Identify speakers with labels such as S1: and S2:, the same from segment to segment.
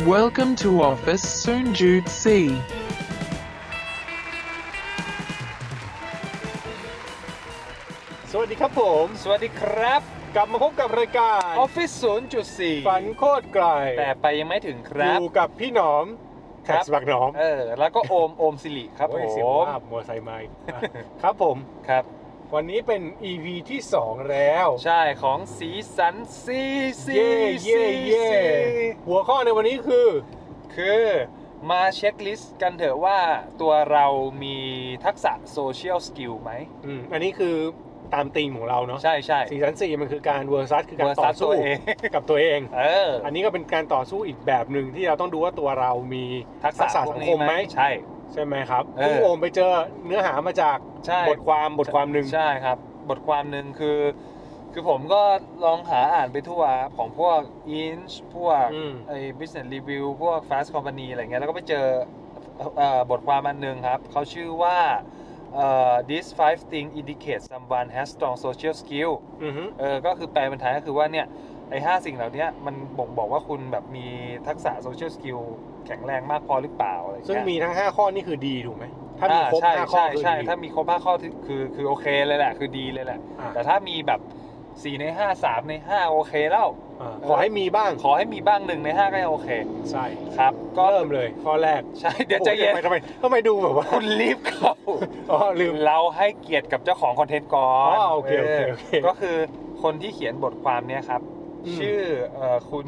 S1: Welcome to office soon Jude C.
S2: สวัสดีครับผม
S3: สวัสดีครับ
S2: กลับมาพบกับรายการ
S3: ออฟฟิศ0.4
S2: ฝันโคตรไกล
S3: แต่ไปยังไม่ถึงค
S2: อ
S3: รับ
S2: ยู่กับพี่หนอม
S3: ครั
S2: แท็
S3: บ
S2: กสบักหนอม
S3: เออ แล้วก็โอม โอมสิริครับผ
S2: โอ้ยเสียง
S3: ม
S2: ภาพมัวไซค์ไม้ ครับผม
S3: ครับ
S2: วันนี้เป็น EP ที่ 2 แล้ว
S3: ใช่ของสีสันซีซี
S2: เย่เย่เย่หัวข้อในวันนี้คือ
S3: คือมาเช็คลิสต์กันเถอะว่าตัวเรามีทักษะโซเชียลสกิลไหม
S2: อืมอันนี้คือตามธีมของเราเนาะ
S3: ใช่ใช่
S2: สี่สันสี่มันคือการเวอร์ซัสคือการ
S3: เวอร์
S2: ต่
S3: ซั
S2: อ
S3: สตั
S2: สู้
S3: วเอง
S2: กับตัวเอง
S3: เอออ
S2: อันนี้ก็เป็นการต่อสู้อีกแบบหนึ่งที่เราต้องดูว่าตัวเรามี
S3: ทักษะพว
S2: สั
S3: ก
S2: งค
S3: นี้
S2: มไหม
S3: ใช่
S2: ใช่ไหมครับ
S3: เออ
S2: ซึ่งโอมไปเจอเนื้อหามาจาก
S3: ใช่
S2: บทความบทความหนึ่ง
S3: ใช่ครับ บทความหนึ่งคือ คือผมก็ลองหาอ่านไปทั่วของพวก Inch พวก
S2: อืม
S3: ไอ้ Business Review พวก Fast Company อะไรเงี้ยแล้วก็ไปเจอเอ่อบทความอันหนึ่งครับ เขาชื่อว่าเอ่อ these five things indicate someone has strong social skill
S2: อือฮึ
S3: เออก็คือแปลเป็นไทยก็คือว่าเนี่ย ไอ้ห้าสิ่งเหล่าเนี้ยมันบ่งบอกว่าคุณแบบมีทักษะ social skill แข็งแรงมากพอหรือเปล่าอะไรเงี้ย
S2: ซึ่งมีทั้ง 5 ข้อนี่คือดีถูกไหม ถ้ามีครบ
S3: อ่
S2: ห้าข้อ
S3: ใช่
S2: คือ
S3: ใช่
S2: ดี
S3: ใช่ถ้ามีครบห้าข้อคือคือคือโอเคเลยแหละ คือดีเลยแหละ
S2: อ่ะ
S3: แต่ถ้ามีแบบ 4 ใน 5 3 ใน 5 โอเคแล้ว
S2: อ่ะขอให้มีบ้าง
S3: ขอให้มีบ้างหนึ่งใน 5 ก็ยังโอเค
S2: ใช่
S3: ครับ ก็
S2: เริ่มเลยข้อแรก
S3: ใช่เดี๋ยวใจเย็น
S2: โอ้โหทำไมทำไมทำไมดูแบบว่า
S3: คุณรีบเข้า
S2: อ๋อลืม
S3: เราให้เกียรติกับเจ้าของคอนเทนต์ก่อน
S2: อ๋อโอเคโอเคโอเค
S3: ก็คือคนที่เขียนบทความเนี้ยครับ
S2: อืม
S3: ชื่อเอ่อคุณ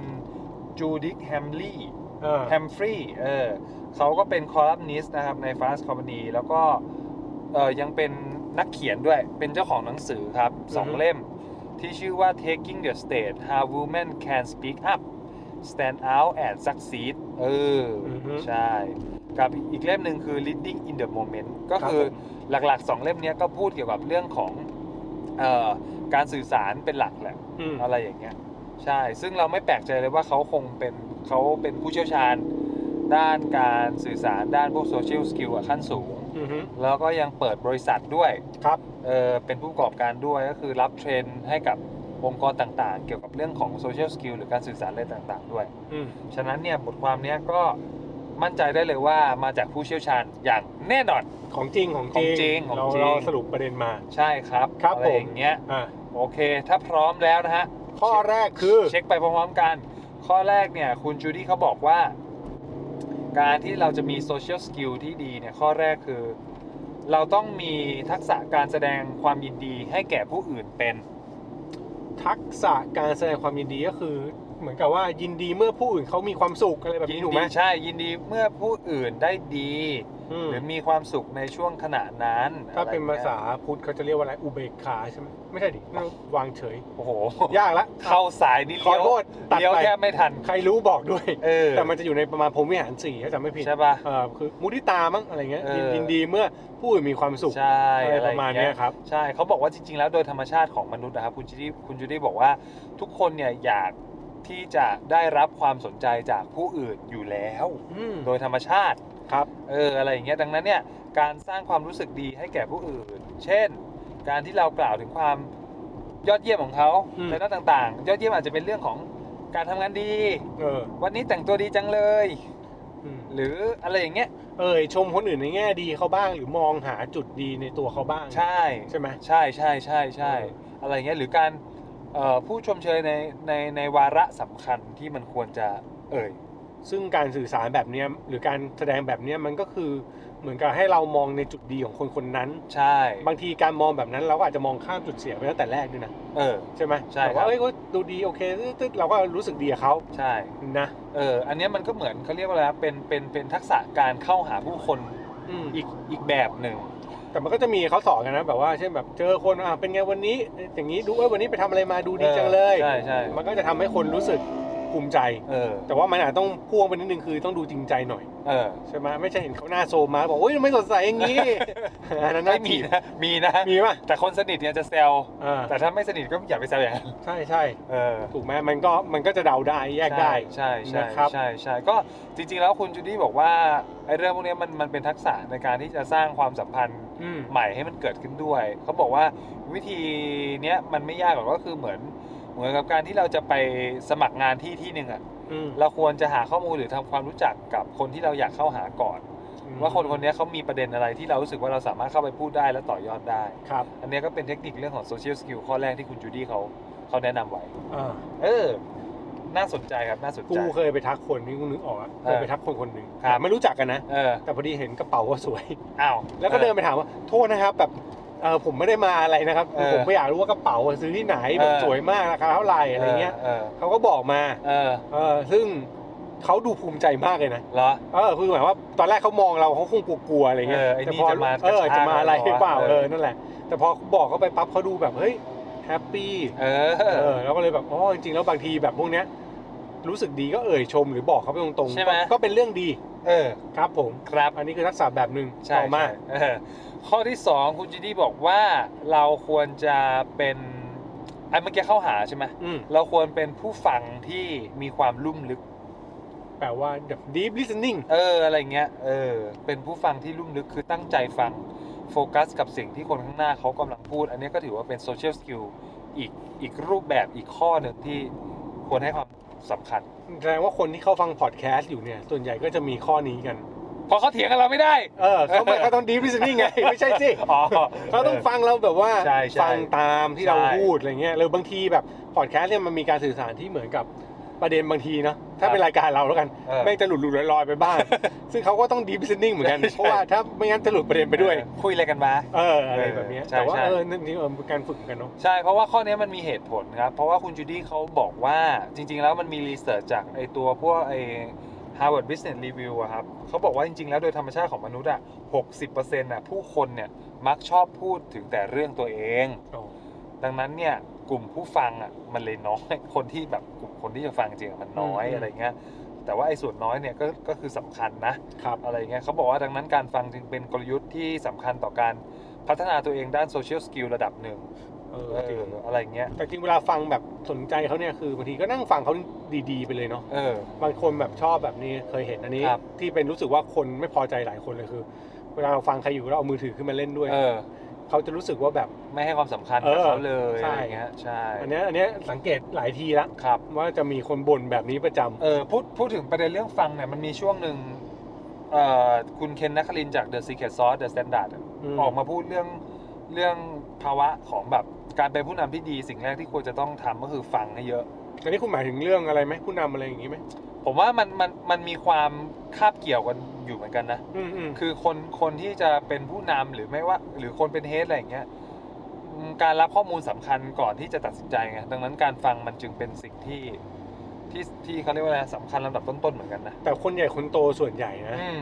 S3: จูดิคแฮมลี
S2: เออ
S3: แฮมฟรีย์เออเขาก็เป็นคอลัมนิสต์นะครับใน Fast Company แล้วก็เออยังเป็นนักเขียนด้วย เป็นเจ้าของหนังสือครับสองเล่ม ที่ชื่อว่า Taking the Stage How Women Can Speak Up Stand Out and Succeed เอออ
S2: อฮึ
S3: ใช่ กับอีกเล่มหนึ่งคือ Leading in the Moment ก็
S2: รับ
S3: คือ
S2: ผม
S3: หลักๆสองเล่มเนี้ยก็พูดเกี่ยวกับเรื่องของเอ่อการสื่อสารเป็นหลักแหละ
S2: อืม
S3: อะไรอย่างเงี้ยใช่ ซึ่งเราไม่แปลกใจเลยว่าเขาคงเป็นเขาเป็นผู้เชี่ยวชาญ ด้านการสื่อสารด้านพวกโซเชียลสกิลขั้นสูง
S2: อือฮึ
S3: แล้วก็ยังเปิดบริษัทด้วย
S2: ครับ
S3: เออเป็นผู้ประกอบการด้วยก็คือรับเทรนให้กับองค์กรต่างๆ เกี่ยวกับเรื่องของโซเชียลสกิลหรือการสื่อสารอะไรต่างๆ ด้วย
S2: อืม
S3: ฉะนั้นเนี่ยบทความเนี้ยก็มั่นใจได้เลยว่ามาจากผู้เชี่ยวชาญอย่างแน่นอน
S2: ของจริงของจ
S3: ข
S2: ริง
S3: องจริงของ
S2: เรา
S3: จริง
S2: เราสรุปประเด็นมา
S3: ใช่ครับ
S2: ครับ
S3: อะไรอย่างเงี้ย
S2: ผมอ่ะ
S3: โอเค ถ้าพร้อมแล้วนะฮะ
S2: ข้อแรกคือ
S3: เช็คไปพร้อมๆกัน ข้อแรกเนี่ย คุณจูดี้เขาบอกว่า การที่เราจะมีโซเชียลสกิลที่ดีเนี่ย ข้อแรกคือ เราต้องมีทักษะการแสดงความยินดีให้แก่ผู้อื่นเป็น
S2: ทักษะการแสดงความยินดีก็คือ เหมือนกับว่ายินดีเมื่อผู้อื่นเขามีความสุขอะไรแบบ
S3: ยิ
S2: นี้
S3: น
S2: ถูกไหม
S3: ดีใช่ ยินดีเมื่อผู้อื่นได้ดี
S2: อืม
S3: หรือมีความสุขในช่วงขณะนั้น
S2: ถ้าเป็น
S3: อะไร
S2: ภา
S3: งี้ย
S2: ษาพุทธเขาจะเรียกว่าอะไรอุเบกขาใช่ไหมไม่ใช่ดิไม่รู้วางเฉย
S3: โอ้โห
S2: ยากละ
S3: เข้าสายนี่
S2: ขอ
S3: เลี้ยว
S2: โทษตัด
S3: เลี้ยว
S2: ไป
S3: แทบไม่ทัน
S2: ใครรู้บอกด้วย
S3: เออ
S2: แต่มันจะอยู่ในประมาณพรหมวิหารสี่ถ้าจำไม่ผิด
S3: ใช่ป่ะ
S2: เออคือมุทิตามั้งอะไรเงี้ย
S3: เออ
S2: ยินยินดีเมื่อผู้อื่นมีความสุข
S3: ใช่
S2: อะไรประมาณ
S3: อ
S2: เนี้
S3: เงี้
S2: ย
S3: ย
S2: ครับ
S3: ใช่เขาบอกว่าจริงๆ แล้วโดยธรรมชาติของมนุษย์นะครับคุณจูดี้คุณจูดี้บอกว่าทุกคนเนี่ยอยากที่จะได้รับความสนใจจากผู้อื่นอยู่แล้ว
S2: อืม
S3: โดยธรรมชาติ
S2: ครับ
S3: เอออะไรอย่างเงี้ยดังนั้นเนี่ยการสร้างความรู้สึกดีให้แก่ผู้อื่น เช่น การที่เรากล่าวถึงความยอดเยี่ยมของเขาในด้านต่างๆ ยอดเยี่ยมอาจจะเป็นเรื่องของการทำงานดี
S2: เออ
S3: วันนี้แต่งตัวดีจังเลย
S2: อืม
S3: หรืออะไรอย่างเงี้ย
S2: เอยชมคนอื่นในแง่ดีเขาบ้างหรือมองหาจุดดีในตัวเขาบ้าง
S3: ใช่
S2: ใช่ไหม
S3: ใช่ใช่ใช่ใช่
S2: เออ
S3: อะไรเงี้ยหรือการเอ่อผู้ชมเชยในในในวาระสำคัญที่มันควรจะเอ่ย
S2: ซึ่งการสื่อสารแบบเนี้ยหรือการแสดงแบบเนี้ยมันก็คือเหมือนกับให้เรามองในจุดดีของคนคนๆนั้น
S3: ใช่
S2: บางทีการมองแบบนั้นเราก็อาจจะมองข้ามจุดเสียไปตั้งแต่แรกด้วยนะ
S3: เออ
S2: ใช่ไหม
S3: ใช่
S2: แต่
S3: ครับ
S2: ว่าเอ้ยก็ดูดีโอเคตึ๊ดๆเราก็รู้สึกดีกับเขา
S3: ใช่
S2: นะ
S3: เอออันเนี้ยมันก็เหมือนเขาเรียกว่าอะไรนะเป็นเป็นเป็นทักษะการเข้าหาผู้คน
S2: อืม
S3: อีกอีกแบบหนึ่ง
S2: แต่มันก็จะมีเขาสอนกันนะแบบว่าเช่นแบบเจอคนอ่ะเป็นไงวันนี้ อย่างนี้ดูเอ้ยวันนี้ไปทำอะไรมาดูดีจังเลย
S3: เออใช่ใช่
S2: มันก็จะทำให้คนรู้สึกภูมิใจ
S3: เออ
S2: แต่ว่ามันอาจต้องพ่วงไปนิดนึงคือต้องดูจริงใจหน่อย
S3: เออ
S2: ใช่ไหมไม่ใช่เห็นเขาหน้าโซมมาบอกโอ้ยทำไม่สดใสอย่างนี้ อันนั้น
S3: ไม่
S2: น่า
S3: มี
S2: จีบ
S3: นะมีนะ
S2: มีป่ะ
S3: แต่คนสนิทเนี่ยจะแซว
S2: อ่า
S3: แต่ถ้าไม่สนิทก็อย่าไปแซวอย่างนั้น
S2: ใช่ใช่
S3: เออ
S2: ถูกไหมมันก็มันก็จะเดาได้แยกได้
S3: ใช่ใช่
S2: นะ
S3: ใช่
S2: ครับ
S3: ใช่ใช่ก็จริงๆแล้วคุณจูดี้บอกว่าไอ้เรื่องพวกเนี้ยมันมันเป็นทักษะในการที่จะสร้างความสัมพันธ์
S2: อืม
S3: ใหม่ให้มันเกิดขึ้นด้วย เขาบอกว่าวิธีเนี้ยมันไม่ยากหรอกก็คือเหมือน เหมือนกับการที่เราจะไปสมัครงานที่ที่หนึ่งอ่ะ
S2: อืม
S3: เราควรจะหาข้อมูลหรือทำความรู้จักกับคนที่เราอยากเข้าหาก่อน ว่าคนคนนี้เขามีประเด็นอะไรที่เรารู้สึกว่าเราสามารถเข้าไปพูดได้และต่อยอดได้
S2: ครับ
S3: อันเนี้ยก็เป็นเทคนิคเรื่องของโซเชียลสกิลข้อแรกที่คุณจูดี้เขาเขาแนะนำไว้
S2: อ่า
S3: เออ น่าสนใจครับ น่าสน
S2: กู
S3: ใจ
S2: เคยไปทักคนนี่กูนึกออกอะเคยไปทักคนคนหนึ่ง
S3: ครับ
S2: แต่ไม่รู้จักกันนะ
S3: เออ
S2: แต่พอดีเห็นกระเป๋าก็สวย
S3: อ้าว
S2: แล้วก็เดินไปถามว่าโทษนะครับแบบเออผมไม่ได้มาอะไรนะครับ
S3: เออ
S2: ผมไม่อยากรู้ว่ากระเป๋าอะซื้อที่ไหน
S3: เออ
S2: แบบสวยมากราคาเท่าไหร่อะไรเงี้ย
S3: เออ
S2: เขาก็บอกมา
S3: เออ
S2: เออซึ่งเขาดูภูมิใจมากเลยนะ
S3: เหรอ
S2: เออคือหมายว่าตอนแรกเขามองเราเขาคงกลัวๆอะไรเงี้ย
S3: เออไอ้
S2: แต่
S3: นี่
S2: พอ
S3: จะมา
S2: เออก
S3: ระชาก
S2: จะมาอะไร
S3: เรา
S2: หรือเปล่า
S3: เหรอ
S2: เออนั่นแหละ แต่พอบอกเขาไปปั๊บเขาดูแบบเฮ้ยแฮปปี้
S3: เอ
S2: เอ
S3: อ
S2: อแล้วก็เลยแบบอ๋อจริงๆแล้วบางทีแบบพวกเนี้ยรู้สึกดีก็เอ่ยชมหรือบอกเขาไปตรง
S3: ใช่
S2: ๆ
S3: ไหม
S2: ก็ก็เป็นเรื่องดี
S3: เออ
S2: ครับผม
S3: ครับ
S2: อันนี้คือทักษะแบบหนึ่ง
S3: ใช่
S2: ต่อมา
S3: ใช่เออข้อที่ 2 คุณจีดี้บอกว่าเราควรจะเป็นอันเมื่อกี้เข้าหาใช่ไหม
S2: อืม
S3: เราควรเป็นผู้ฟังที่มีความลุ่มลึก
S2: แปลว่าแบบ deep listening
S3: เออ อะไรเงี้ย เออ เป็นผู้ฟังที่ลุ่มลึกคือตั้งใจฟัง โฟกัสกับสิ่งที่คนข้างหน้าเขากำลังพูด อันนี้ก็ถือว่าเป็นโซเชียลสกิลอีกอีกรูปแบบอีกข้อหนึ่งที่ควรให้ความสำคัญ
S2: แสดงว่าคนที่เข้าฟังพอดแคสต์อยู่เนี่ย ส่วนใหญ่ก็จะมีข้อนี้กัน
S3: เพราะเขาเถียงกับเราไม่ได้
S2: เออเขา ไม่เขาต้อง deep listening ไง ไม่ใช่ สิ
S3: อ๋อ
S2: เขาต้องฟังเราแบบว่า
S3: ใช่ใช่
S2: ฟังตามที่เรา
S3: ใช่
S2: พูดอะไรเงี้ยหรือบางทีแบบพอดแคสต์เนี่ยมันมีการสื่อสารที่เหมือนกับประเด็นบางทีเนาะถ้า
S3: ครับ
S2: เป็นรายการเราแล้วกัน
S3: เออ
S2: แม่งจะหลุดหลุดลอยลอยๆไป บ้าง ซึ่งเขาก็ต้อง deep listening เหมือนกัน
S3: ใช่ใช่
S2: เพราะว่าถ้าไม่งั้นจะหลุดประเด็นไปด้วย
S3: เออคุยอะไรกันมา
S2: เอออะไรแบบเนี้ย
S3: ใช่
S2: แต่ว่า
S3: ใช่
S2: เออนี่นี่เออเป็นการฝึกเหมือนกันเนาะ
S3: ใช่ เพราะว่าข้อนี้มันมีเหตุผลครับ เพราะว่าคุณจูดี้เขาบอกว่าจริง ๆ แล้วมันมีรีเสิร์ชจากไอตัวพวกไอ Harvard Business Review อะครับเขาบอกว่าจริง ๆ แล้วโดยธรรมชาติของมนุษย์อะ60%อะผู้คนเนี่ยมักชอบพูดถึงแต่เรื่องตัวเอง
S2: อ๋อ
S3: ดังนั้นเนี่ยกลุ่มผู้ฟังอ่ะมันเลยน้อย คนที่แบบกลุ่มคนที่จะฟังจริงอะมันน้อยอะไรเงี้ยแต่ว่าไอ้ส่วนน้อยเนี่ยก็ก็คือสำคัญนะครับ อะไรเงี้ยเขาบอกว่าดังนั้นการฟังจึงเป็นกลยุทธ์ที่สำคัญต่อการพัฒนาตัวเองด้านโซเชียลสกิลระดับหนึ่ง
S2: เออ
S3: เอ
S2: จริง
S3: ออะไรเงี้ย
S2: แต่จริงเวลาฟังแบบสนใจเขาเนี่ยคือบางทีก็นั่งฟังเขาดีๆไปเลยเนาะ
S3: เออ
S2: บางคนแบบชอบแบบนี้เคยเห็นอันนี้
S3: ครับ
S2: ที่เป็นรู้สึกว่าคนไม่พอใจหลายคนเลยคือ เวลาเราฟังใครอยู่เราเอามือถือขึ้นมาเล่นด้วย
S3: เออ
S2: เขาจะรู้สึกว่าแบบ
S3: ไม่ให้ความสำคัญกับ
S2: เออ
S3: เขาเลย
S2: ใช่
S3: อะไรเงี้ยใช่
S2: อันเนี้ยอันเนี้ยสังเกตหลายทีละ
S3: ครับ
S2: ว่าจะมีคนบ่นแบบนี้ประจำ
S3: เออพูดพูดถึงประเด็นเรื่องฟังเนี่ยมันมีช่วงหนึ่งเอ่อคุณเคนนักคลินจาก The Secret Sauce The Standard อะ ออกมาพูดเรื่องเรื่องภาวะของแบบการเป็นผู้นำที่ดีสิ่งแรกที่ควรจะต้องทำก็คือฟังให้เยอะ
S2: อันนี้คุณหมายถึงเรื่องอะไรไหมผู้นำอะไรอย่างนี้ไหม
S3: ผมว่ามันมันมันมีความคาบเกี่ยวกันอยู่เหมือนกันนะ
S2: อืมอืม
S3: คือคนคนที่จะเป็นผู้นำหรือไม่ว่า หรือคนเป็นเฮดอะไรอย่างเงี้ยอืมการรับข้อมูลสำคัญก่อนที่จะตัดสินใจไงดังนั้นการฟังมันจึงเป็นสิ่งที่ที่ที่เขาเรียกว่าอะไรสำคัญลำดับต้นๆเหมือนกันนะ
S2: แต่คนใหญ่คนโตส่วนใหญ่นะ
S3: อืม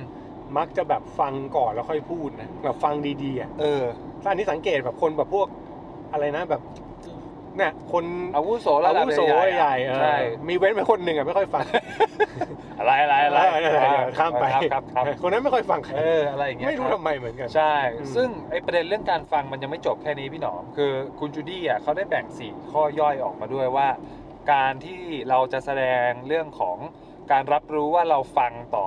S2: มักจะแบบฟังก่อนแล้วค่อยพูดนะแบบฟังดีๆอ่ะ
S3: เออ
S2: ถ้าอันนี้สังเกตแบบคนแบบพวกอะไรนะแบบเนี่ยคน
S3: อาวุโสระดับ
S2: วุโสใหญ่ๆเออ
S3: ใช่
S2: มีเว้นไปคนหนึ่งอ่ะไม่ค่อยฟัง
S3: อะไรอะไรอะไร
S2: เออเดี๋ยวเดี๋ยวข้ามไป
S3: ครับครับครับ
S2: คนนั้นไม่ค่อยฟังใคร
S3: เอออะไรอย่างเงี้ย
S2: ไม่รู้
S3: ค
S2: ทำ
S3: บ
S2: ไมเหมือนกัน
S3: ใช่
S2: อืม
S3: ซึ่งไอประเด็นเรื่องการฟังมันยังไม่จบแค่นี้พี่หนอม คือคุณจูดี้อ่ะเขาได้แบ่ง 4 ข้อย่อยออกมาด้วยว่า การที่เราจะแสดงเรื่องของการรับรู้ว่าเราฟังต่อ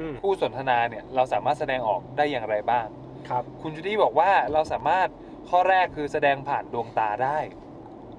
S2: อืม
S3: ผู้สนทนาเนี่ย เราสามารถแสดงออกได้อย่างไรบ้าง
S2: ครับ
S3: คุณจูดี้บอกว่าเราสามารถข้อแรกคือแสดงผ่านดวงตาได้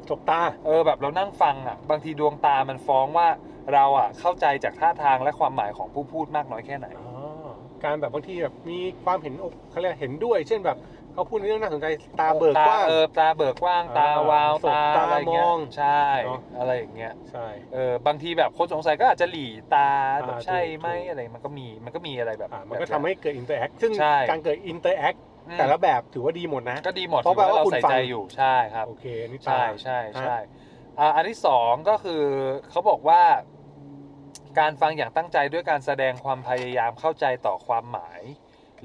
S2: จกตา
S3: เออแบบเรานั่งฟังอ่ะบางทีดวงตามันฟ้องว่าเราอ่ะเข้าใจจากท่าทางและความหมายของผู้พูดมากน้อยแค่ไหน
S2: อ๋อ การแบบบางทีแบบมีความเห็นอกเขาเรียกเห็นด้วย เช่นแบบเขาพูดในเรื่องน่าสนใจตาเบิกกว้าง
S3: ตาเออตาเบิกกว้างตา
S2: อ่าว
S3: าว
S2: สบ
S3: ตา
S2: ตา
S3: อะไรเงี้ย
S2: มอง
S3: ใช่
S2: เนอะ
S3: อะไรอย่างเงี้ย
S2: ใช่
S3: เออบางทีแบบคนสงสัยก็อาจจะหลีตา
S2: อ่า
S3: แบบใช่ไหม
S2: ถูกๆ
S3: อะไรมันก็มีมันก็มีอะไรแบบ
S2: อ่ามันก็
S3: แบบ
S2: ทำให้เกิดอินเตอร์แอคซึ่ง
S3: ใช่
S2: การเกิดอินเตอร์แอค
S3: อืม
S2: แต่ละแบบถือว่าดีหมดนะ
S3: ก็ดีหมด
S2: เพราะ
S3: ถือ
S2: แปลว่า
S3: เรา
S2: คุณ
S3: ใส่
S2: ฟัง
S3: ใจอยู่ใช่ครับ
S2: โอเคนี่ตา
S3: ใช่ใช่
S2: ฮะ
S3: ใช่อ่าอันที่สองก็คือเขาบอกว่าการฟังอย่างตั้งใจด้วยการแสดงความพยายามเข้าใจต่อความหมาย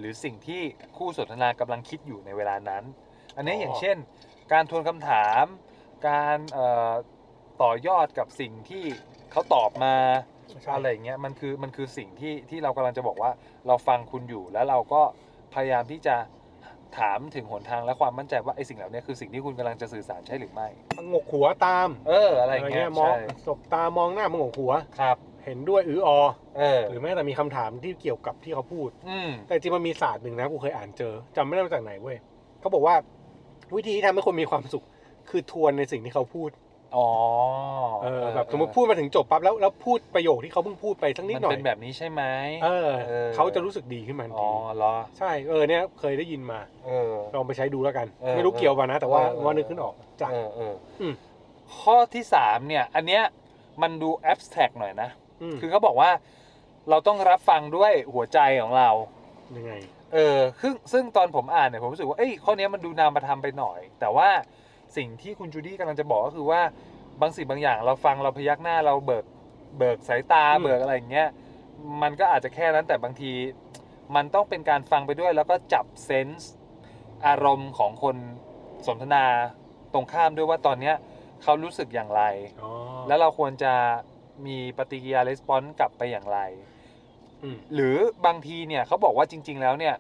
S3: หรือสิ่งที่คู่สนทนากำลังคิดอยู่ในเวลานั้น อันนี้อย่างเช่น การทวนคำถาม การเอ่อต่อยอดกับสิ่งที่เขาตอบมา
S2: ใช่
S3: อะไรอย่างเงี้ยมันคือมันคือสิ่งที่ที่เรากำลังจะบอกว่าเราฟังคุณอยู่แล้วเราก็พยายามที่จะถามถึงหนทางและความมั่นใจว่าไอ้สิ่งเหล่านี้คือสิ่งที่คุณกำลังจะสื่อสารใช่หรือไม่
S2: งกหัวตาม
S3: เอออะไรอย่างเงี้ย
S2: มอง
S3: ใช่
S2: สบตามองหน้ามองกหัว
S3: ครับ
S2: เห็นด้วยอือออ
S3: เออ
S2: หรือแม้แต่มีคำถามที่เกี่ยวกับที่เขาพูด
S3: อืม
S2: แต่จริงมันมีศาสตร์หนึ่งนะกูเคยอ่านเจอจำไม่ได้มาจากไหนเว้ยเขาบอกว่า วิธีที่ทำให้คนมีความสุข คือทวนในสิ่งที่เขาพูด
S3: อ๋อ
S2: เออแบบสมมติพูดมาถึงจบปั๊บแล้วแล้วพูดประโยคที่เขาเพิ่งพูดไปสักนิด
S3: มัน
S2: หน่อย
S3: เป็นแบบนี้ใช่ไหม
S2: เออ
S3: เออ
S2: เขาจะรู้สึกดีขึ้นมาทัน
S3: อ๋
S2: ที
S3: อเหรอ
S2: ใช่เออเนี่ยเคยได้ยินมา
S3: เออ
S2: ลองไปใช้ดูแล้วกัน
S3: เออ
S2: ไม่รู้เกี่ยวป่ะนะ แต่ว่า
S3: เออ
S2: ว่านึกขึ้นออกจ้ะ
S3: เออเอออ
S2: ม
S3: ข้อที่สามเนี่ย อันเนี้ยมันดูแอบสแตรกหน่อยนะ
S2: ม
S3: คือเขาบอกว่าเราต้องรับฟังด้วยหัวใจของเรา
S2: ยังไง
S3: เออซึ่งซึ่งตอนผมอ่านเนี่ยผมรู้สึกว่า เอ้ย ข้อเนี้ยมันดูนามธรรมไปหน่อย แต่ว่าสิ่งที่คุณจูดี้กำลังจะบอกก็คือว่าบางสิ่งบางอย่างเราฟังเราพยักหน้าเราเบิกเบิกสายตา
S2: อืม
S3: เบิกอะไรอย่างเงี้ย มันก็อาจจะแค่นั้นแต่บางที มันต้องเป็นการฟังไปด้วย แล้วก็จับเซนส์อารมณ์ของคนสนทนาตรงข้ามด้วยว่าตอนเนี้ยเขารู้สึกอย่างไร
S2: อ๋อ
S3: แล้วเราควรจะมีปฏิกิริยาレスปอนส์กลับไปอย่างไร
S2: อืม
S3: หรือบางทีเนี่ยเขาบอกว่าจริง ๆ แล้วเนี่ย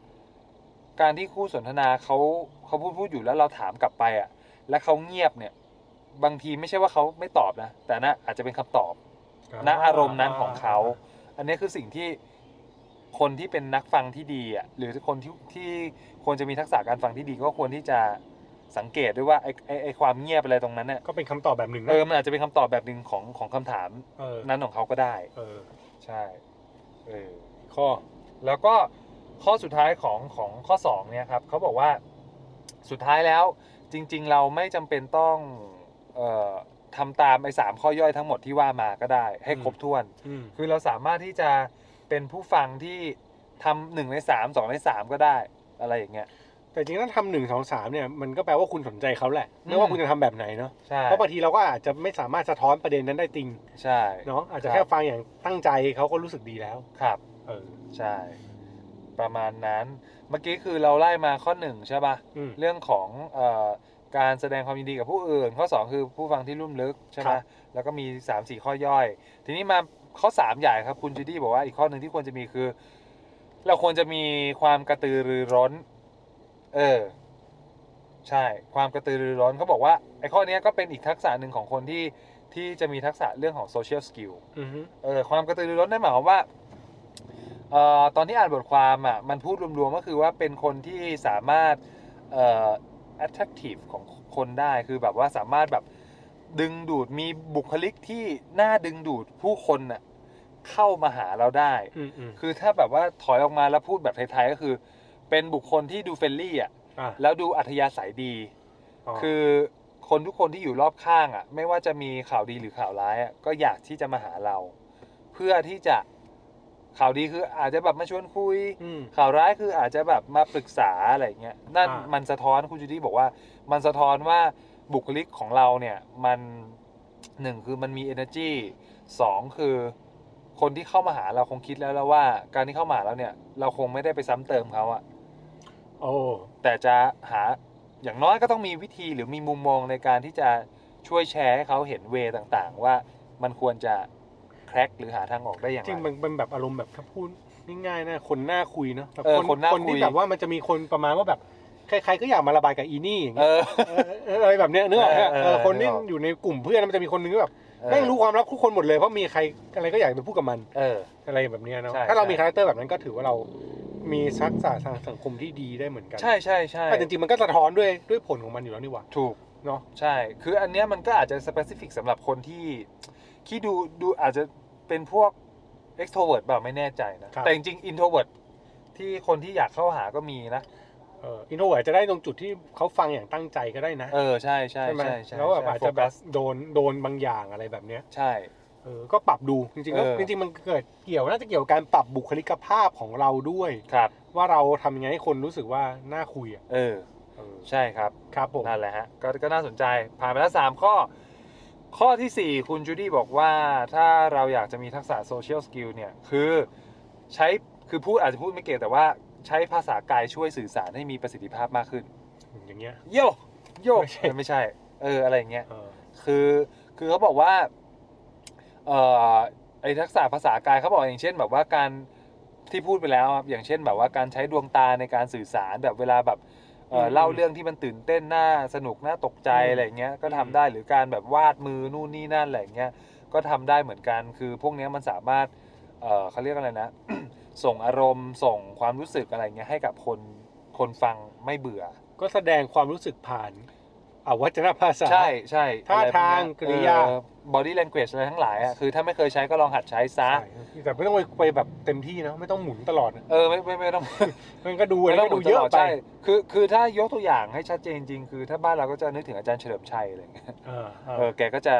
S3: การที่คู่สนทนาเขาเขาพูดพูดอยู่แล้วเราถามกลับไปอะ่ะ แล้วเขาเงียบเนี่ย บางทีไม่ใช่ว่าเขาไม่ตอบนะ แต่นะอาจจะเป็นคำตอบณอารมณ์นั้นของเขา อันนี้คือสิ่งที่คนที่เป็นนักฟังที่ดีอ่ะหรือคนที่ที่ควรจะมีทักษะการฟังที่ดีก็ควรที่จะสังเกตด้วยว่าไอ้ไอ้ไอ้ความเงียบอะไรตรงนั้นเนี่ย
S2: ก็เป็นคำตอบแบบหนึ่ง
S3: เอ
S2: นะ
S3: อมันอาจจะเป็นคำตอบแบบหนึ่งของของคำถาม
S2: เออ
S3: นั้นของเขาก็ได้
S2: เออ
S3: ใช่เออ
S2: ข้อ
S3: แล้วก็ข้อสุดท้ายของของข้อ2เนี่ยครับเขาบอกว่าสุดท้ายแล้วจริง ๆ เราไม่จำเป็นต้องเออทำตามไอ้สามข้อย่อยทั้งหมดที่ว่ามาก็ได้ ให้ครบถ้วน
S2: อืม
S3: คือเราสามารถที่จะเป็นผู้ฟังที่ทำหนึ่งในสามสองในสามก็ได้อะไรอย่างเงี้ย
S2: แต่จริงๆถ้าทำหนึ่งสองสามเนี่ยมันก็แปลว่าคุณสนใจเขาแหละ
S3: อืม
S2: ไม่ว่าคุณจะทำแบบไหนเนาะ
S3: ใช่
S2: เพราะบางทีเราก็อาจจะไม่สามารถสะท้อนประเด็นนั้นได้จริง
S3: ใช่
S2: เนาะอาจจะแค่ฟังอย่างตั้งใจเขาก็รู้สึกดีแล้ว
S3: ครับ
S2: เออ
S3: ใช่ ประมาณนั้น เมื่อกี้คือเราไล่มาข้อหนึ่งใช่ปะ
S2: อืม
S3: เรื่องของเออการแสดงความยินดีกับผู้อื่น ข้อ 2 คือผู้ฟังที่รุ่มลึกใช่ไหม
S2: ครับ
S3: แล้วก็มี 3 4 ข้อย่อย ทีนี้มาข้อ 3 ใหญ่ครับ คุณจูดี้บอกว่าอีกข้อหนึ่งที่ควรจะมีคือ เราควรจะมีความกระตือรือร้น เออ ใช่ ความกระตือรือร้นเขาบอกว่าไอ้ข้อเนี้ยก็เป็นอีกทักษะหนึ่งของคนที่ที่จะมีทักษะเรื่องของ social skill
S2: อือฮึ
S3: เออความกระตือรือร้นนั่นหมายความว่าเอ่อตอนที่อ่านบทความอ่ะมันพูดรวมๆก็คือว่าเป็นคนที่สามารถเอ่อ attractive ของคนได้คือแบบว่าสามารถแบบดึงดูดมีบุคลิกที่น่าดึงดูดผู้คนน่ะเข้ามาหาเราได้
S2: อืมอืม
S3: คือถ้าแบบว่าถอยออกมาแล้วพูดแบบไทยๆก็คือ เป็นบุคคลที่ดูเฟรนลี่อ่ะ
S2: อ่ะ
S3: แล้วดูอัธยาศัยดี คือคนทุกคนที่อยู่รอบข้างอ่ะไม่ว่าจะมีข่าวดีหรือข่าวร้ายอ่ะก็อยากที่จะมาหาเรา เพื่อที่จะข่าวดีคืออาจจะแบบมาชวนคุย
S2: อืม
S3: ข่าวร้ายคืออาจจะแบบมาปรึกษาอะไรเงี้ยนั่น
S2: อ่ามั
S3: มันสะท้อนคุณจูดี้บอกว่า มันสะท้อนว่าบุคลิกของเราเนี่ยมันหนึ่งคือมันมี energy สองคือคนที่เข้ามาหาเราคงคิดแล้วแล้วว่า การที่เข้ามาหาเราเนี่ยเราคงไม่ได้ไปซ้ำเติมเขาอะ
S2: โอ้
S3: แต่จะหาอย่างน้อยก็ต้องมีวิธีหรือมีมุมมองในการที่จะช่วยแชร์ให้เขาเห็นเวย์ต่างๆ ว่ามันควรจะแคร็กหรือหาทางออกได้อย่าง
S2: จริง
S3: ไร
S2: มันเป็นแบบอารมณ์แบบถ้าพูดง่ายๆนะคนหน้าคุยเนาะแบบ
S3: เออคนน่า
S2: คนที่
S3: คุย
S2: แบบว่ามันจะมีคนประมาณว่าแบบใครๆก็อยากมาระบายกับอีนี่อย่าง
S3: เอ
S2: เงี้ย
S3: อ
S2: เออเอออะไรแบบเนี้ยนึกออกไหม
S3: เออ
S2: เอ
S3: เอ
S2: อ
S3: อ
S2: คนที่
S3: นึกออก
S2: อยู่ในกลุ่มเพื่อนมันจะมีคนนึงที่แบบแม่งรู้
S3: เออ
S2: ความลับทุกคนหมดเลยเพราะมีใครอะไรก็อยากไปพูดกับมัน
S3: เออ
S2: อะไรแบบเนี้ยเนาะ
S3: ใช่
S2: ถ้าเรามี
S3: ใช่
S2: คาแรคเตอร์แบบนั้นก็ถือว่าเรามีทักษะทางสังคมที่ดีได้เหมือนกัน
S3: ใช่ใช่ใช่
S2: แต่จริงๆมันก็สะท้อนด้วยด้วยผลของมันอยู่แล้วนี่หว่า
S3: ถูก
S2: เนาะ
S3: ใช่ คืออันเนี้ยมันก็อาจจะสเปซิฟิกสำหรับคนที่ที่ดูดูอาจจะเป็นพวก extrovert เปล่าไม่แน่ใจนะ แต่จริงๆ introvert ที่คนที่อยากเข้าหาก็มีนะ
S2: เอออินโทรเวิร์จะได้ตรงจุดที่เขาฟังอย่างตั้งใจก็ได้นะ
S3: เออใช่ใช่
S2: ใช่ไหม
S3: ใช่ใช่
S2: แล้วแบบ
S3: ใช่
S2: อาจจะแบบ
S3: โฟกัส
S2: โดนโดนบางอย่างอะไรแบบเนี้ย
S3: ใช่
S2: เออก็ปรับดูจริงๆก็
S3: เออ
S2: จริงๆมันเกิดเกี่ยวน่าจะเกี่ยวกับการปรับบุคลิกภาพของเราด้วย
S3: ครับ
S2: ว่าเราทำยังไงให้คนรู้สึกว่าน่าคุยอ่ะ
S3: เออ
S2: เออ
S3: ใช่ครับ
S2: ครับผม
S3: นั่นแหละฮะก็ก็น่าสนใจ ผ่านไปแล้ว 3 ข้อ ข้อทีสี่ 4 คุณจูดี้บอกว่าถ้าเราอยากจะมีทักษะโซเชียลสกิลเนี่ย คือใช้คือพูดอาจจะพูดไม่เก่งแต่ว่าใช้ภาษากายช่วยสื่อสารให้มีประสิทธิภาพมากขึ้น
S2: อย่างเงี้ย
S3: โยโย
S2: ไม่ใช่
S3: เออไม่ใช่ เออ อะไรอย่างเงี้ย
S2: เออ
S3: คือคือเขาบอกว่าเอ่อไอทักษะภาษากายเขาบอกอย่างเช่นแบบว่าการที่พูดไปแล้วครับอย่างเช่นแบบว่าการใช้ดวงตาในการสื่อสารแบบเวลาแบบเอ่อเล่าเรื่องที่มันตื่นเต้นน่าสนุกน่าตกใจอะไรอย่างเงี้ยก็ทำได้หรือการแบบวาดมือนู่นนี่นั่นอะไรอย่างเงี้ยก็ทำได้เหมือนกันคือพวกเนี้ยมันสามารถเอ่อเขาเรียกอะไรนะ ส่งอารมณ์ส่งความรู้สึกอะไรเงี้ยให้กับคนคนฟังไม่เบื่อ
S2: ก็แสดงความรู้สึกผ่าน อวัจนภาษา
S3: ใช่ใช่
S2: ท่าทางกริยา
S3: บอดี้ a n g u a g e อะไรทั้งหลายอะคือถ้าไม่เคยใช้ก็ลองหัดใช้ซะ
S2: ใช่แต่ไม่ต้องไปแบบเต็มที่นะไม่ต้องหมุนตลอดนะ
S3: เออไม่ไม่ไม่ ต้อง
S2: มันก็ดูอัน
S3: ไม่
S2: นี้
S3: ต้อง
S2: ก็ดูเยอะ
S3: หมุนตลด
S2: ไป
S3: ใช่คือคือถ้ายกตัวอย่างให้ชัดเจนจริงๆคือถ้าบ้านเราก็จะนึกถึงอาจารย์เฉลิมชัยอะไรอย่างเงี้ย
S2: อ่า
S3: เออแกก็จะ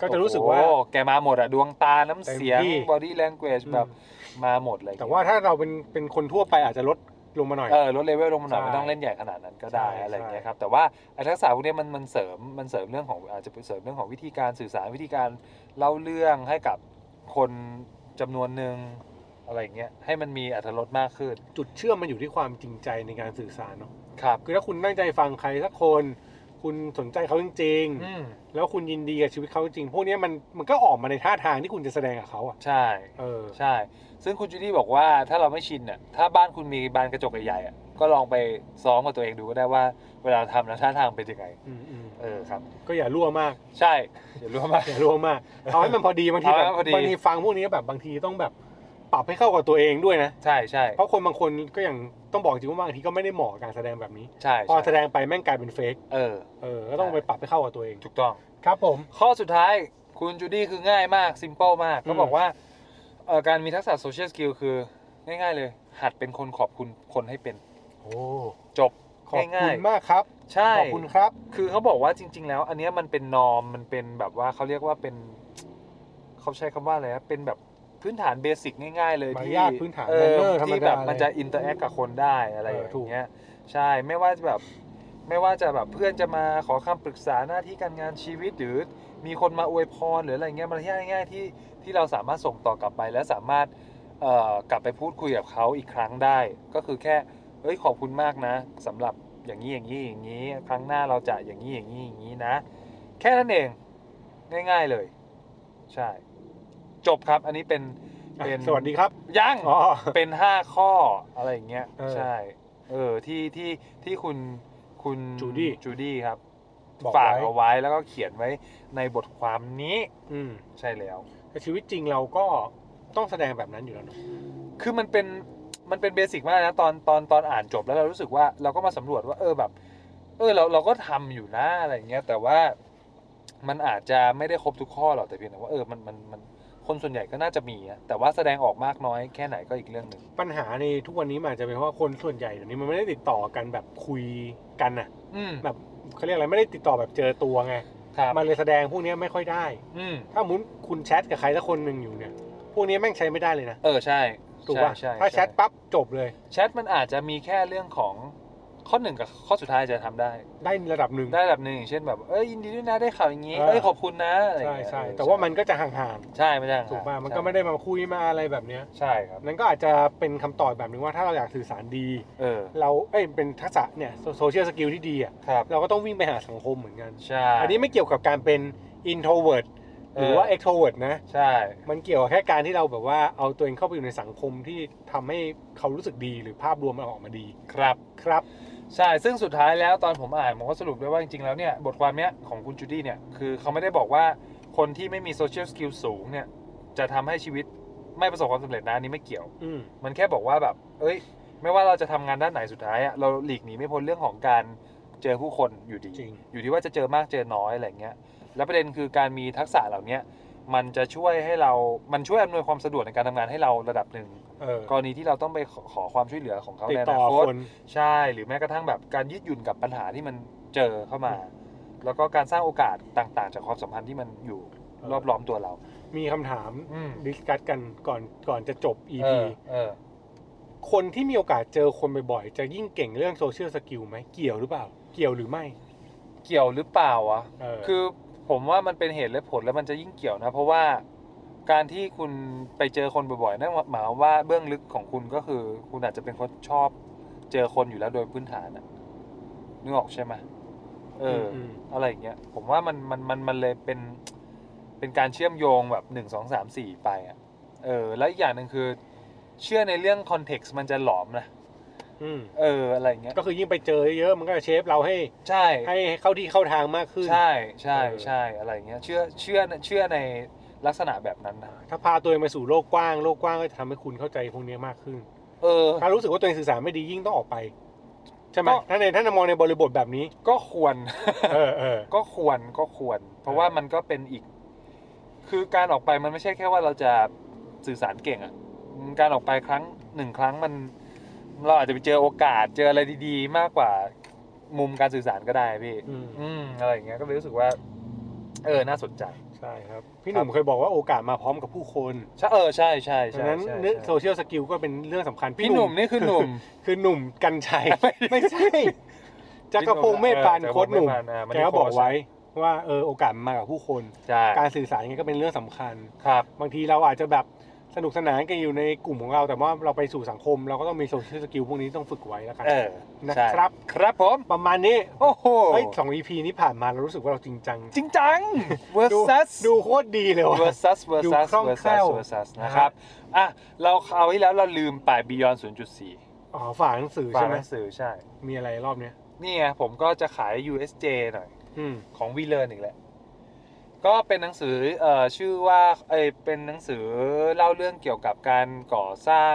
S2: ก็จะรู้สึกว่า
S3: โอ้โหแกมาหมดอะดวงตาน้ำเสียง
S2: เต็มที่
S3: บอดี้ a n g u a g e แบบมาหมดเลย
S2: แต่ว่าถ้าเราเป็นเป็นคนทั่วไปอาจจะลดลงมาหน่อย
S3: เออลดเลเวลลงมาหน่อย
S2: ใช่
S3: ไม่ต้องเล่นใหญ่ขนาดนั้นก็ได้
S2: ใช่
S3: อะไรอย่างเงี้ย
S2: ใช่
S3: ครับแต่ว่าไอ้ทักษะพวกเนี้ยมันมันเสริมมันเสริมเรื่องของอาจจะเสริมเรื่องของวิธีการสื่อสารวิธีการเล่าเรื่องให้กับคนจำนวนหนึ่งอะไรอย่างเงี้ยให้มันมีอรรถรสมากขึ้น
S2: จุดเชื่อมมันอยู่ที่ความจริงใจในการสื่อสารเนาะ
S3: ครับ
S2: คือถ้าคุณตั้งใจฟังใครสักคน คุณสนใจเขาจริง
S3: อืม
S2: ๆแล้วคุณยินดีกับชีวิตเขาจริงพวกเนี้ยมันมันก็ออกมาในท่าทางที่คุณจะแสดงกับเขาอ่ะ
S3: ใช่
S2: เออ
S3: ใช่ ซึ่งคุณจูดี้บอกว่าถ้าเราไม่ชินเนี่ยถ้าบ้านคุณมีบานกระจกใหญ่ๆอ่ะ ก็ลองไปซ้อมกับตัวเองดูก็ได้ว่าเวลาทำแล้วท่าทางเป็นยังไง
S2: อืมอืม
S3: เออครับ
S2: ก็อย่ารั่วมาก
S3: ใช่ อย่ารู้มาก
S2: อย่ารั่วมากเอาให้มันพอดีบางที
S3: เอาให้
S2: แบบ
S3: มันพอดี
S2: บางทีฟังพวกนี้แบบบางทีต้องแบบปรับให้เข้ากับตัวเองด้วยนะ
S3: ใช่ใช่
S2: เพราะคนบางคนก็อย่างต้องบอกจริงว่าบางทีก็ไม่ได้เหมาะกับการแสดงแบบนี้
S3: ใช่
S2: พอแส
S3: ใช่
S2: ดงไปแม่งกลายเป็นเฟก
S3: เออ
S2: เออก็ต้องไปปรับให้เข้ากับตัวเอง
S3: ถูกต้อง
S2: ครับผม
S3: ข้อสุดท้ายคุณจูดี้คือง่ายมาก ซิมเ l ิลมาก ก็บอกว่าเอ่อการมีทักษะโซเชียลสกิลคือง่ายๆเลย หัดเป็นคนขอบคุณคนให้เป็น
S2: โอ้
S3: จบ
S2: ขอบ
S3: ง่า
S2: คุ
S3: ย
S2: ณ
S3: ๆ
S2: มากครับ
S3: ใช่
S2: ขอบคุณครับ
S3: คือเขาบอกว่าจริง ๆ แล้ว อันเนี้ยมันเป็นนอมมันเป็นแบบว่าเขาเรียกว่าเป็น เขาใช้คำว่าอะไรนะเป็นแบบพื้นฐานเบสิกง่ายๆ เลย
S2: มาร
S3: ที่
S2: ยาทพื้นฐาน
S3: เออ
S2: manner ธรรมดา
S3: ที่แบบมันจะ
S2: เลย
S3: อินเตอร์แอคกับคนได้อะไรอ
S2: เออถู
S3: ย่าก งเงี้ยใช่ไม่ว่าจะแบบไม่ว่าจะแบบเพื่อนจะมาขอคำปรึกษาหน้าที่การงานชีวิต หรือมีคนมาอวยพรหรืออะไรเงี้ยมารยาทง่ายๆที่ที่เราสามารถส่งต่อกลับไป และสามารถเอ่อกลับไปพูดคุยกับเขาอีกครั้งได้ ก็คือแค่ เอ้ยขอบคุณมากนะสำหรับอย่างนี้อย่างนี้อย่างนี้ ครั้งหน้าเราจะอย่างนี้อย่างนี้อย่างนี้นะ แค่นั้นเองง่ายๆเลย ใช่ จบครับ อันนี้เป็น
S2: อ่ะ
S3: เป็น
S2: สวัสดีครับ
S3: ยัง
S2: อ๋อ
S3: เป็นห้าข้ออะไรอย่างเงี้ย
S2: เออ
S3: ใช่ เออที่ที่ที่คุณคุณ
S2: จูดี้
S3: จูดี้ครับ
S2: บอก
S3: ฝาก
S2: ไว้
S3: เอาไว้แล้วก็เขียนไว้ในบทความนี้
S2: อืม
S3: ใช่แล้ว
S2: แต่ชีวิตจริงเราก็ต้องแสดงแบบนั้นอยู่แล้วเนอะ
S3: คือมันเป็นมันเป็นเบสิกมากนะตอนตอนตอนอ่านจบแล้วเรารู้สึกว่าเราก็มาสำรวจว่า เออแบบ เออเราเราก็ทำอยู่นะอะไรอย่างเงี้ยแต่ว่ามันอาจจะไม่ได้ครบทุกข้อหรอกแต่เพียงแต่ว่าเออมันมันมันคนส่วนใหญ่ก็น่าจะมีนะแต่ว่าแสดงออกมากน้อยแค่ไหนก็อีกเรื่องหนึ่ง
S2: ปัญหาในทุกวันนี้มันอาจจะเป็นเพราะว่าคนส่วนใหญ่เดี๋ยวนี้มันไม่ได้ติดต่อกันแบบคุยกันน่ะ
S3: อืม
S2: แบบเขาเรียกอะไรไม่ได้ติดต่อแบบเจอตัวไง
S3: ครับ
S2: มันเลยแสดงพวกเนี้ยไม่ค่อยได้
S3: อืม
S2: ถ้ามุนคุณแชทกับใครสักคนหนึ่งอยู่เนี่ย พวกนี้แม่งใช้ไม่ได้เลยนะ
S3: เออใช่
S2: ถูก
S3: ใช่
S2: ป่ะ
S3: ใช่
S2: ถ้าแชท
S3: ใช่
S2: ปั๊บจบเลย
S3: แชทมันอาจจะมีแค่เรื่องของข้อหนึ่งกับข้อสุดท้ายจะทำได้
S2: ได้ระดับหนึ่ง
S3: ได้แบบหนึ่งอย่างเช่นแบบเอ้ยยินดีด้วยนะได้ข่าวอย่างนี้
S2: เออ
S3: เอ้ยขอบคุณนะอะไรอย่าง
S2: ใช่
S3: เงี้ย
S2: ใช่
S3: เออ
S2: แต่ว่ามันก็จะห่าง
S3: ใช่ไม่ใช่
S2: ๆถูกป่ะ
S3: ใช่
S2: มันก็ไม่ได้มาคุยมาอะไรแบบเนี้ย
S3: ใช่ครับ
S2: นั่นก็อาจจะเป็นคำตอบแบบนึงว่าถ้าเราอยากสื่อสารดี
S3: เออ
S2: เราเอ้ยเป็นทักษะเนี่ยโซเชียลสกิลที่ดีอ่ะ
S3: ครับ
S2: เราก็ต้องวิ่งไปหาสังคมเหมือนกัน
S3: ใช่
S2: อันนี้ไม่เกี่ยวกับการเป็น introvert หรือว่า
S3: เออ
S2: extrovert นะ
S3: ใช่
S2: มันเกี่ยวกับแค่การที่เราแบบว่าเอาตัวเองเข้าไปอยู่ในสังคมที่ทำให้เขารู้สึกดีหรือภาพรวมมันออกมาดี
S3: ครับ
S2: ครับ
S3: ใช่ ซึ่งสุดท้ายแล้วตอนผมอ่าน ผมก็สรุปได้ว่าจริงๆ แล้วเนี่ย บทความเนี้ยของคุณจูดี้เนี่ย คือเขาไม่ได้บอกว่าคนที่ไม่มีโซเชียลสกิลสูงเนี่ย จะทำให้ชีวิตไม่ประสบความสำเร็จนะอันนี้ไม่เกี่ยว
S2: อืม
S3: มันแค่บอกว่าแบบ เอ้ย ไม่ว่าเราจะทำงานด้านไหนสุดท้ายอะเราหลีกหนีไม่พ้นเรื่องของการเจอผู้คนอยู่ดี
S2: จริง
S3: อยู่ที่ว่าจะเจอมากเจอน้อยอะไรเงี้ย แล้วประเด็นคือการมีทักษะเหล่าเนี้ยมันจะช่วยให้เรา มันช่วยอำนวยความสะดวกในการทำงานให้เราระดับหนึ่ง
S2: เออก
S3: รณีที่เราต้องไปขอขอความช่วยเหลือของเขา
S2: ติด
S3: ในอ
S2: ต่อ
S3: นาค
S2: ค
S3: ต
S2: น
S3: ใช่ หรือแม้กระทั่งแบบการยืดหยุ่นกับปัญหาที่มันเจอเข้ามา แล้วก็การสร้างโอกาสต่างๆ จากความสัมพันธ์ที่มันอยู่
S2: เออ
S3: รอบล้อมตัวเรา
S2: มีคำถาม
S3: อืม
S2: ดิสคัตกันก่อนก่อนจะจบ
S3: เอ
S2: EP
S3: อเออ
S2: คนที่มีโอกาสเจอคนบ่อยๆ จะยิ่งเก่งเรื่องโซเชียลสกิลไหมเกี่ยวหรือเปล่า เกี่ยวหรือไม่
S3: เกี่ยวหรือเปล่าวะ
S2: เ
S3: คือผมว่ามันเป็นเหตุและผลแล้วมันจะยิ่งเกี่ยวนะ เพราะว่าการที่คุณไปเจอคนบ่อยๆนั่นหมายความว่าเบื้องลึกของคุณก็คือ คุณอาจจะเป็นคนชอบเจอคนอยู่แล้วโดยพื้นฐานอะนึกออกใช่ไหมเอออ
S2: ม
S3: อะไรอย่างเงี้ยผมว่ามันมันมันมันเลยเป็นเป็นการเชื่อมโยงแบบหนึ่งสองสามสี่ไปอ่ะเออแล้วอีกอย่างหนึ่งคือ เชื่อในเรื่องคอนเท็กซ์มันจะหลอมนะ
S2: อืม
S3: เอออะไรอย่างเงี้ย
S2: ก็คือยิ่งไปเจอเยอะๆมันก็จะเชฟเราให้
S3: ใช่
S2: ให้ให้เข้าที่เข้าทางมากขึ้น
S3: ใช่ใช่
S2: เออ
S3: ใช่อะไรอย่างเงี้ยเชื่อเชื่อเชื่อในลักษณะแบบนั้นนะ
S2: ถ้าพาตัวเองไปสู่โลกกว้างโลกกว้างก็จะทำให้คุณเข้าใจพวกนี้มากขึ้น
S3: เออ
S2: ถ้ารู้สึกว่าตัวเองสื่อสารไม่ดียิ่งต้องออกไป ใช่ไหม
S3: ก็
S2: ถ้าในถ้าในมองในบริบทแบบนี้
S3: ก็ควร
S2: เออเออ
S3: ก็ควรก็ควร เพราะว่ามันก็เป็นอีก คือการออกไปมันไม่ใช่แค่ว่าเราจะสื่อสารเก่งอะการออกไปครั้งหนึ่งครั้งมัน เราอาจจะไปเจอโอกาสเจออะไรดีๆ มากกว่ามุมการสื่อสารก็ได้พี่
S2: อืม
S3: อืมอะไรอย่างเงี้ยก็เลยรู้สึกว่า เออน่าสนใจ
S2: ใช่ครับ พี่หนุ่มเคยบอกว่าโอกาสมาพร้อมกับผู้คน
S3: ใช่เออใช่ใช่
S2: ดั
S3: ใช่
S2: งนั้น
S3: ใช่
S2: เนื้อโซ
S3: ใช่
S2: เชียลสกิลก็เป็นเรื่องสำคัญ
S3: พี่หนุ่มนี่คือหนุ่ม
S2: คือหนุ่มกันชัย ไม่ใช่ จักรพงศ์เมธปานโค้ดหนุ่ม
S3: เออจักรพงศ์เมธปานอ่ามัน
S2: แก
S3: นี่
S2: ก็บอก
S3: โค้ช
S2: ไว้ว่าเออโอกาสมันมากับผู้คน
S3: ใช่
S2: การสื่อสารยังไงก็เป็นเรื่องสำคัญ
S3: ครับ
S2: บางทีเราอาจจะแบบสนุกสนานกันอยู่ในกลุ่มของเรา แต่ว่าเราไปสู่สังคม เราก็ต้องมีโซเชียลสกิลพวกนี้ต้องฝึกไว้แล้วกัน
S3: เออ
S2: นะ
S3: ใช่
S2: ครับ
S3: ครับผม
S2: ประมาณนี้
S3: โอ้โห
S2: เฮ้ยสอง EP นี้ผ่านมาเรารู้สึกว่าเราจริงจัง
S3: จริงจัง
S2: ดู
S3: versus
S2: ดูโคตรดีเลยว่ะ
S3: versus
S2: ดู
S3: versus
S2: คล่องแคล่
S3: versus
S2: ว
S3: versus นะครับอ่ะเราคราวที่แล้วเราลืมไป Beyond 0.4
S2: อ๋อฝากหนังสือ
S3: ฝา
S2: ใช่
S3: ก
S2: ไห
S3: ห
S2: ม
S3: นังสือใช่
S2: มีอะไรรอบเนี้ย
S3: นี่ไงผมก็จะขาย USJ หน่อย
S2: อืม
S3: ของวีเลอร์อีกแหละก็เป็นหนังสือเอ่อชื่อว่าเอยเป็นหนังสือเล่าเรื่องเกี่ยวกับการก่อสร้าง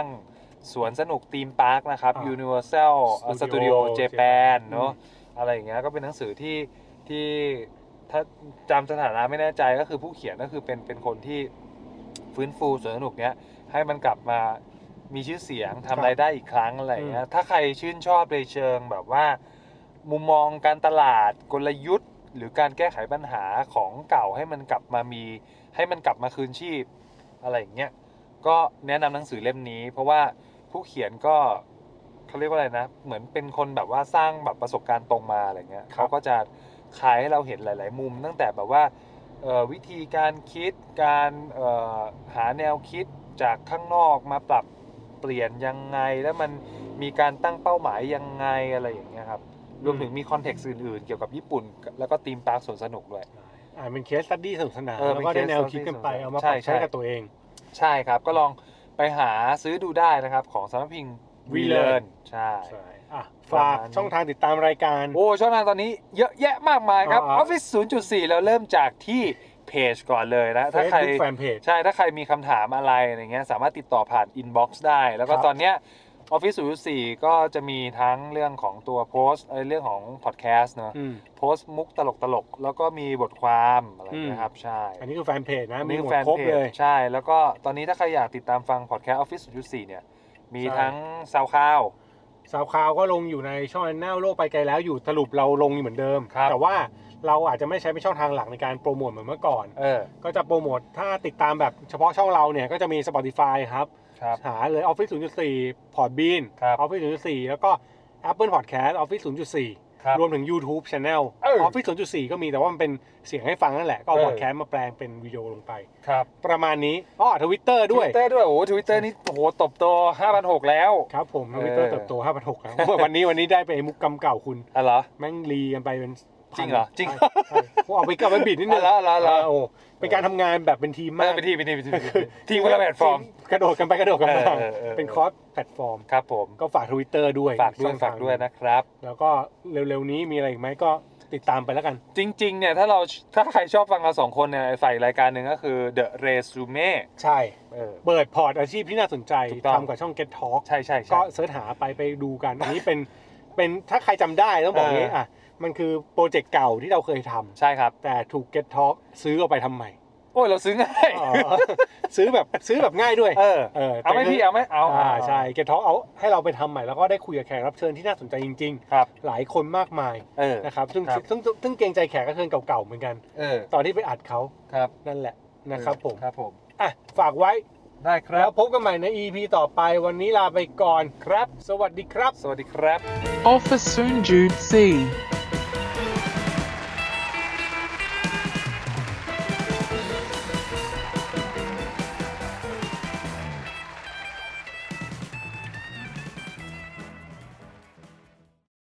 S3: สวนสนุกธีมพาร์คนะครับ
S2: อ่า
S3: Universal
S2: Studio
S3: Studio Japan
S2: Japan
S3: เนอะอะไรอย่างเงี้ยก็เป็นหนังสือที่ที่ถ้าจำสถานะไม่แน่ใจก็คือผู้เขียนก็คือเป็นเป็นคนที่ฟื้นฟูสวนสนุกเนี้ยให้มันกลับมามีชื่อเสียง
S2: ครับ
S3: ทำรายได้อีกครั้งอะไรอย่างเงี้ย
S2: อืม
S3: ถ้าใครชื่นชอบในเชิงแบบว่า มุมมองการตลาดกลยุทธ์ หรือการแก้ไขปัญหาของเก่าให้มันกลับมามี ให้มันกลับมาคืนชีพ อะไรอย่างเงี้ยก็แนะนำหนังสือเล่มนี้ เพราะว่าผู้เขียนก็เขาเรียกว่าอะไรนะ เหมือนเป็นคนแบบว่าสร้างแบบประสบการณ์ตรงมาอะไรเงี้ย
S2: ครับ
S3: เขาก็จะขายให้เราเห็นหลาย ๆ มุม ตั้งแต่แบบว่าเอ่อวิธีการคิดการเอ่อหาแนวคิดจากข้างนอกมาปรับเปลี่ยนยังไง แล้วมันมีการตั้งเป้าหมายยังไงอะไรอย่างเงี้ยครับ รวมถึงมีคอนเท็กซ์อื่นๆ เกี่ยวกับญี่ปุ่น แล้วก็ธีมปาร์คสวนสนุกด้วย
S2: อ่าเป็นเคสตัดดี้สนุกสนาน
S3: เออ
S2: แล้วก็
S3: เป็น
S2: ได้
S3: case
S2: แนว
S3: study
S2: คิดกันไป
S3: สนุกสนาน
S2: เอามา
S3: ใช่
S2: ปรับใช้
S3: ใช่
S2: กับตัวเอง
S3: ใช่ครับ ก็ลองไปหาซื้อดูได้นะครับ ของสำนักพิมพ์
S2: We
S3: วีเลน
S2: Learn
S3: ใช่
S2: อ่ะ
S3: ประ
S2: ฝา
S3: มาณ
S2: ก
S3: นี้
S2: ช่องทางติดตามรายการ
S3: โอ้ช่องทางตอนนี้เยอะแยะมากมายครับ
S2: อ๋
S3: อ
S2: อ
S3: อฟฟิศ0.4 เราเริ่มจากที่เพจก่อนเลยนะ ถ้าใคร
S2: แฟนเพจ
S3: ใช่ ถ้าใครมีคำถามอะไรอะไรเงี้ยสามารถติดต่อผ่านอินบ็อกซ์ได้ แล้วก็
S2: ครับ
S3: ตอนเนี้ยออฟฟิศ0.4 ก็จะมีทั้งเรื่องของตัวโพสต์เอ้ยเรื่องของพอดแคสต์เนอะ
S2: อืม
S3: โพสต์มุกตลกตลกๆแล้วก็มีบทความอะไรนะครับใช่
S2: อันนี้คือแฟนเพจนะ มี
S3: นี่
S2: หมด
S3: แฟน
S2: ครบ
S3: เพ
S2: เลย
S3: จใช่ แล้วก็ตอนนี้ถ้าใครอยากติดตามฟังพอดแคสต์ออฟฟิศ0.4 เนี่ย มี
S2: ใช่
S3: ทั้งซาวคลาว
S2: สาวคราวก็ลงอยู่ในช่องแอนนาโลกไปไกลแล้วอยู่สรุปเราลงอยู่เหมือนเดิม
S3: ครับ
S2: แต่ว่าเราอาจจะไม่ใช้เป็นช่องทางหลักในการโปรโมทเหมือนเมื่อก่อน
S3: เออ
S2: ก็จะโปรโมทถ้าติดตามแบบเฉพาะช่องเราเนี่ย ก็จะมี Spotify ครับ
S3: ครับ
S2: หาเลย Office 0.4 Podbean
S3: ครับ
S2: Office 0.4 แล้วก็ Apple Podcast Office 0.4
S3: ครับ
S2: รวมถึง YouTube Channel
S3: เออ
S2: Office 0.4 ก็มีแต่ว่ามันเป็นเสียงให้ฟังนั่นแหละ ก็เอา
S3: เออ
S2: พอดแคสต์มาแปลงเป็นวิดีโอลงไป
S3: ครับ
S2: ประมาณนี้อ๋อทวิตเตอร์ด้วย
S3: ทวิตเตอร์ด้วย โอ้ทวิตเตอร์นี่ โอ้โห ตบโต5,006 แล้ว
S2: ครับผมท
S3: เออ
S2: วิตเตอร์เติบโต5,006ครับ วันนี้วันนี้ได้ไปไอ้มุกกำเก่าคุณ
S3: อ๋อเหรอ
S2: แม่งรีกันไปเป็นพั
S3: จริ
S2: น
S3: งเหรอจริง
S2: ใช่ใช่ผมเอาไปกลับไปบิดนิดนึง
S3: อ๋อเหรอเหรอเหรอ
S2: โอ้เป็นการทำงานแบบเป็นทีม
S3: เอ
S2: มา
S3: อก ไปที่ไปที่ไปที่ไปที่ทีมคนละแพลตฟอร์ม
S2: กระโดดกันไปกระโดดกันมา
S3: เออเออเออ
S2: เป็นคอร์สแพลตฟอร์ม
S3: ครับผม
S2: ก็ฝากทวิตเตอร์ด้วย
S3: ฝากด้วย
S2: ช่องท
S3: ฝาก
S2: ง
S3: ด้วยนะครับ
S2: แล้วก็เร็วๆนี้มีอะไรอีกไหมก็ติดตามไปแล้วกัน
S3: จริง ๆ เนี่ย ถ้าเราถ้าใครชอบฟังเราสองคนเนี่ยฝ่ายรายการหนึ่งก็คือ The Resume
S2: ใช่
S3: เออ
S2: เปิดพอร์ตอาชีพที่น่าสนใจ
S3: ถูกต้อง
S2: ทำกับช่อง Get Talk
S3: ใช่ใช่ใช่
S2: ก็เสิร์ชหาไปไปดูกัน อันนี้เป็นเป็นถ้าใครจำได้ต้องบอกอย่าง
S3: เอ
S2: นี้
S3: ออ่
S2: อ่ะมันคือโปรเจกต์เก่าที่เราเคยทำ
S3: ใช่ครับ
S2: แต่ถูก Get Talk ซื้อเอาไปทำใหม่
S3: โอ้ย เราซื้อง่าย
S2: อ๋อ ซื้อแบบซื้อแบบง่ายด้วย
S3: เออ
S2: เออ
S3: เอาไหม
S2: แต่ก็
S3: พี่เอาไหมเอา
S2: อ่าใช่เกทอกเอาให้เราไปทำใหม่แล้วก็ได้คุยกับแขกรับเชิญที่น่าสนใจจริง
S3: ครับ
S2: ๆ หลายคนมากมาย
S3: เออ
S2: นะครับซึ่ง
S3: ครับ
S2: ซึ่งซึ่งซึ่งเกรงใจแขกรับเชิญเก่าๆเหมือนกัน
S3: เออ
S2: ตอนที่ไปอัดเขา
S3: ครับ
S2: นั่นแหละนะครับผม
S3: ครับผม
S2: อ่ะฝากไว้
S3: ได้ครั
S2: แล้
S3: บ
S2: วพบกันใหม่ใน EP ต่อไปวันนี้ลาไปก่อน
S3: ครับ
S2: สวัสดีครับ
S3: สวัสดีครับ
S1: Office Soon Jude C.